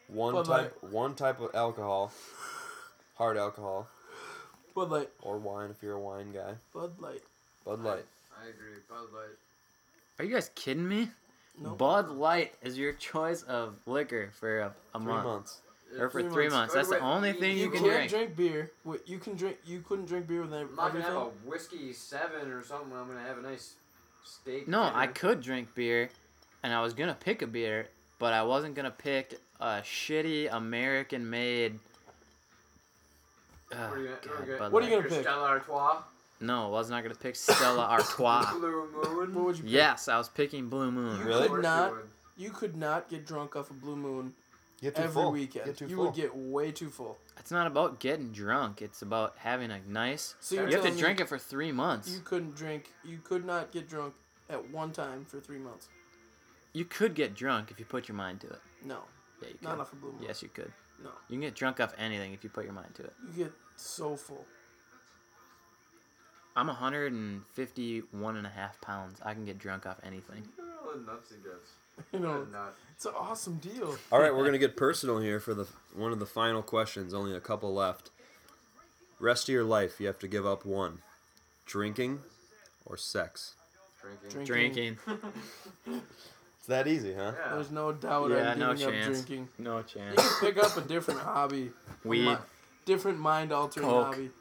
one
Bud
type one type of alcohol, hard alcohol,
Bud Light.
or wine if you're a wine guy.
Bud Light.
Bud Light.
I agree. Bud Light.
Are you guys kidding me?
No.
Bud Light is your choice of liquor for a, a
Three
month.
months.
Or for
Three
three
months.
months.
Go
That's the
to it.
only
You-
thing
you
you, can
can't
drink.
beer. Wait, you can drink. You couldn't drink beer with ev-
I'm not gonna
everything.
have a whiskey seven or something. I'm gonna have a nice steak.
No,
dinner.
I could drink beer, and I was going to pick a beer, but I wasn't going to pick a shitty American made.
What are you, gonna-
oh, God,
gonna-
Bud
What are you
Light.
gonna
your
pick?
Stella Artois.
No, I was not going to pick Stella Artois.
Blue Moon.
What would you? pick?
yes, I was picking Blue Moon.
You
Really?
could
Of course
not.
you would.
You could not get drunk off a Blue Moon
Get too
every
full.
weekend.
Get too
you
full.
would get way too full.
It's not about getting drunk, it's about having a nice.
So
you
you're
have to
telling me
drink it for three months.
You couldn't drink. You could not get drunk at one time for three months.
You could get drunk if you put your mind to it.
No,
Yeah, you could.
not off a Blue Moon.
Yes, you could.
No,
You can get drunk off anything if you put your mind to it.
you get so full.
I'm 151 and a half pounds. I can get drunk off anything.
You're all the nuts he gets.
You
What
know,
a nut.
it's an awesome deal.
All right, we're gonna get personal here for the one of the final questions. Only a couple left. Rest of your life, you have to give up one: drinking or sex.
Drinking.
Drink.
Drinking.
It's that easy, huh?
Yeah.
There's no doubt
Yeah,
I'm
no
giving up
chance.
drinking.
No chance.
Pick up a different hobby.
Weed.
Mi- different mind altering
Coke.
hobby.
You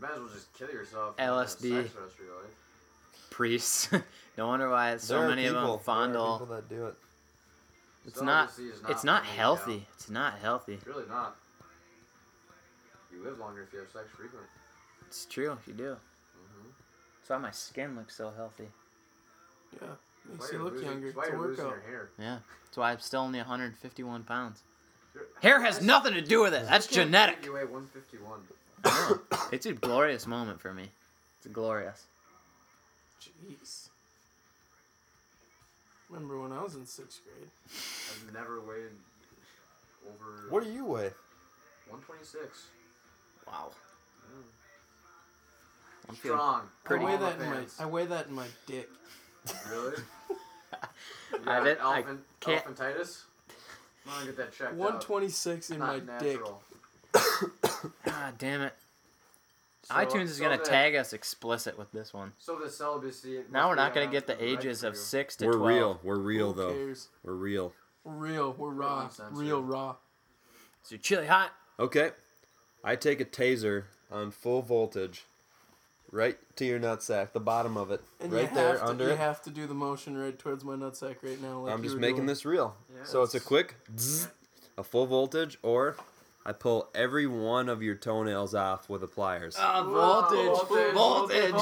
might as well just kill yourself. and have
LSD.
sex the rest of your life.
Priests. no wonder why so many of them fondle.
that do it.
It's
Celibacy
not.
is
It's not
for me,
healthy.
yeah.
It's not healthy.
It's really not. You live longer if you have sex frequently.
It's true. You do.
Mm-hmm.
That's why my skin looks so healthy.
Yeah. Makes you look younger. It's
Why
a
you're losing
workout.
your hair?
Yeah. That's why I'm still only 151 pounds.
You're-
Hair has
I-
nothing to do with it. That's
I can't believe
genetic.
You weigh 151.
I know. it's a glorious moment for me. It's glorious.
Jeez. Remember when I was in sixth grade?
I've never weighed over
do you weigh?
126.
Wow. I'm feeling
Mm. Strong.
Pretty-
I weigh
All my
that in my
pants.
I weigh that in my dick.
Really?
I did- I
Elephant,
can't-
Elephantitis? I'm gonna get that checked out.
One twenty six in
Not
my dick.
natural.
Ah, damn it.
So-
iTunes is
so
gonna
the-
tag us explicit with this one.
So the celibacy. must
Now we're
be
not gonna
on
get the
right
ages
for
of
you.
six to
We're
twelve.
real. We're real
Who
though.
cares?
We're real.
We're real. We're raw.
uncensored.
Real raw.
Is your chili hot?
Okay. I take a taser on full voltage, right to your nutsack, the bottom of it,
And you
right there
have to,
under
You
it.
have to do the motion right towards my nutsack right now. Like
I'm
you
just
were
making
doing.
this real.
Yeah,
so it's a
it's-
quick, zzz, a full voltage, or I pull every one of your toenails off with the pliers.
Oh,
Ah,
Wow,
voltage, voltage.
voltage,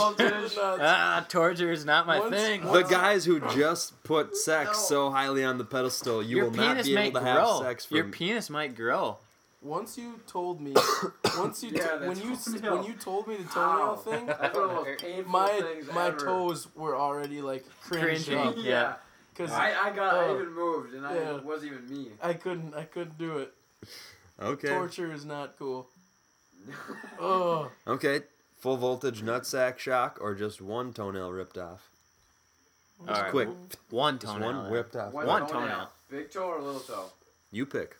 Voltage.
Ah, torture is not my
Once-
thing.
the guys who just put sex
No.
so highly on the pedestal, you
your
will not
penis
be
might
able to have
grow.
sex for
Your penis might grow.
Once you told me, once you
Yeah,
t- when
that's
you s-
toenail.
when you told me the toenail
Ow.
thing,
That's one of the most painful
my
things
my
ever.
toes were already like cringed
Cringing.
up
Yeah.
Yeah.
because I,
I, I got
Oh.
I even moved and I
Yeah.
it wasn't even me.
couldn't I couldn't do it.
Okay.
Torture is not cool. Oh,
Okay. Full voltage nutsack shock or just one toenail ripped off.
All right.
Quick.
One
Just
toenail.
one ripped off.
One toenail.
Big toe or little toe?
You pick.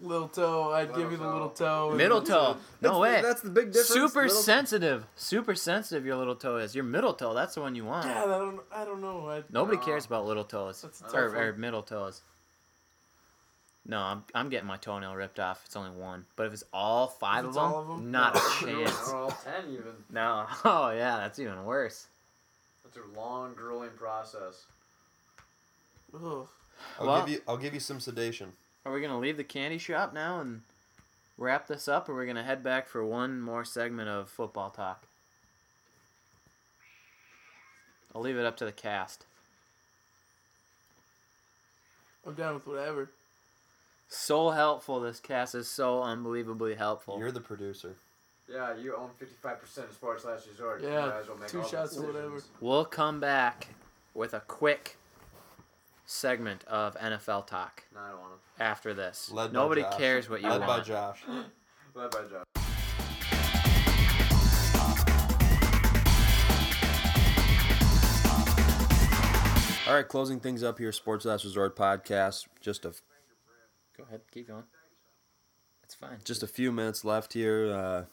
little toe, I'd give you the little
Little
toe.
Middle toe. No
That's the-
way.
that's the big difference.
Super
Middle-
sensitive. Super sensitive. Your little toe is. Your middle toe. That's the one you want.
Yeah, I don't I don't know. I,
Nobody
No.
cares about little toes
That's a
or,
tough one.
or middle toes. No, I'm, I'm getting my toenail ripped off. It's only one, but if it's all
If
five of,
it's
them,
all of 'em?
not a
Two
chance.
Or all ten even.
No. Oh yeah, that's even worse.
That's a long, grueling process.
Ugh.
I'll
Well-
give you. I'll give you some sedation.
Are we gonna leave the candy shop now and wrap this up, or we're gonna head back for one more segment of football talk? I'll leave it up to the cast.
I'm down with whatever.
So helpful. This cast is so unbelievably helpful.
You're the producer.
Yeah, you own fifty five percent of sports last resort.
Yeah,
you might as well make
two
all the
shots or
decisions.
whatever.
We'll come back with a quick segment of NFL talk
No, I don't want
after this.
Led by
Nobody
Josh.
cares what you
Led by
want.
Josh.
to. Led by Josh.
All right, closing things up here. Sports Last Resort podcast. Just a
Go ahead, keep going. It's fine.
just a few minutes left here. Uh,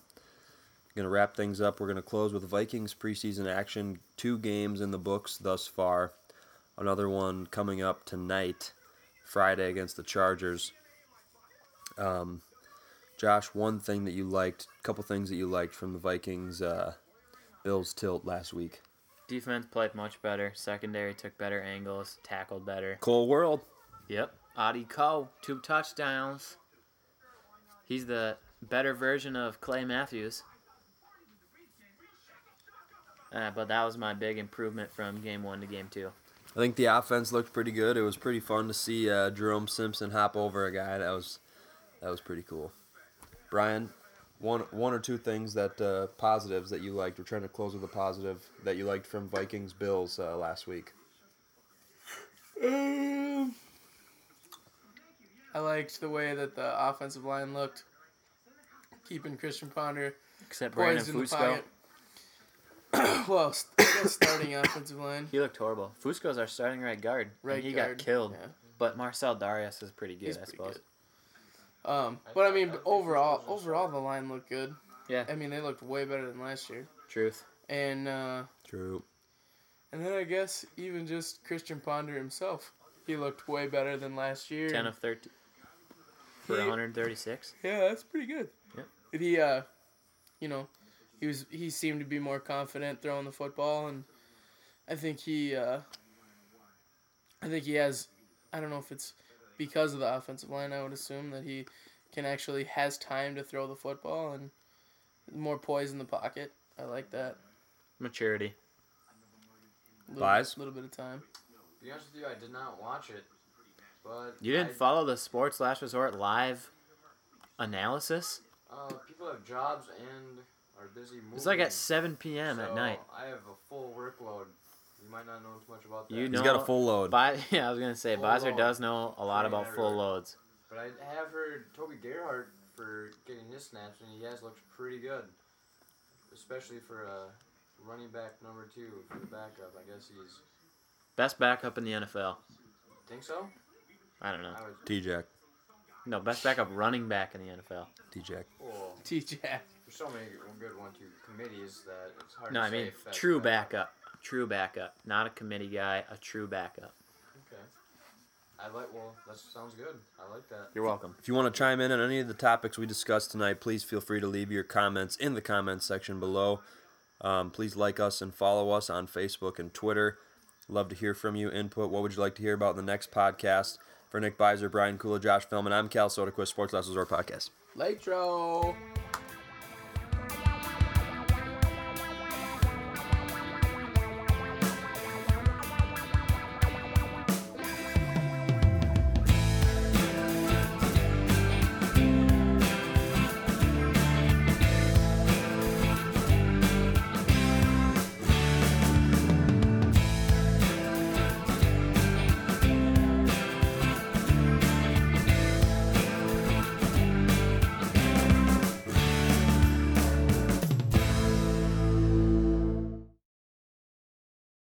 gonna wrap things up. We're gonna close with Vikings preseason action. Two games in the books thus far. Another one coming up tonight, Friday against the Chargers. Um, Josh, one thing that you liked, couple things that you liked from the Vikings uh, Bills tilt last week.
Defense played much better. Secondary took better angles, tackled better.
Cole World.
Yep. Adi Cole, two touchdowns. He's the better version of Clay Matthews. Uh, but that was my big improvement from game one to game two.
I think the offense looked pretty good. It was pretty fun to see uh, Jerome Simpson hop over a guy. That was that was pretty cool. Brian, one one or two things that uh, positives that you liked. We're trying to close with a positive that you liked from Vikings Bills uh, last week.
Um, I liked the way that the offensive line looked, keeping Christian Ponder
Except Brandon
poised in the
Fusco.
pocket. well, st- I guess starting offensive line.
He looked horrible. Fusco's our starting right guard. and
Right
he
guard,
got killed.
yeah.
But Marcel Darius is pretty good,
He's
I
pretty
suppose.
good. Um,
I-
but I
I
mean,
think
overall,
Fusco's also-
overall the line looked good.
Yeah,
I mean, they looked way better than last year.
truth.
And uh,
True.
and then I guess even just Christian Ponder himself, he looked way better than last year.
10 of 13 for
He-
136.
Yeah, that's pretty good.
Yeah.
And He, uh, you know, he was he seemed to be more confident throwing the football, and I think he, uh, I think he has. I don't know if it's because of the offensive line. I would assume that he can actually has time to throw the football and more poise in the pocket. I like that.
Maturity.
Little,
Buys?
little bit of time.
To be honest with you, I did not watch it. But
You didn't
I,
follow the Sports Last Resort live analysis?
Uh, people have jobs and are busy moving.
It's like at 7 p.m. at
so
night.
I have a full workload. You might not know too much about that.
You
He's
know-
got a full load.
Bi- yeah, I was going to say,
Full
Bowser
load.
does know a lot about full loads.
But I have heard Toby Gerhardt for getting his snaps, and he has looked pretty good, especially for a running back number two for the backup. I guess he's
Best backup in the NFL.
think so.
I don't know.
I was
T Jack.
No, best backup running back in the NFL.
T Jack.
well.
T Jack.
There's so many good one-two committees that it's hard.
No,
to
I mean
say if that's
true
bad.
backup. True backup. Not a committee guy, a true backup.
Okay. I like. Well, that sounds good. I like that.
You're welcome.
If you want to chime in on any of the topics we discussed tonight, please feel free to leave your comments in the comments section below. Um, please like us and follow us on Facebook and Twitter. Love to hear from you. Input. What would you like to hear about in the next podcast? For Nick Beiser, Brian Kula, Josh Feldman, I'm Cal Soderquist, Sports Last Resort Podcast.
Latro.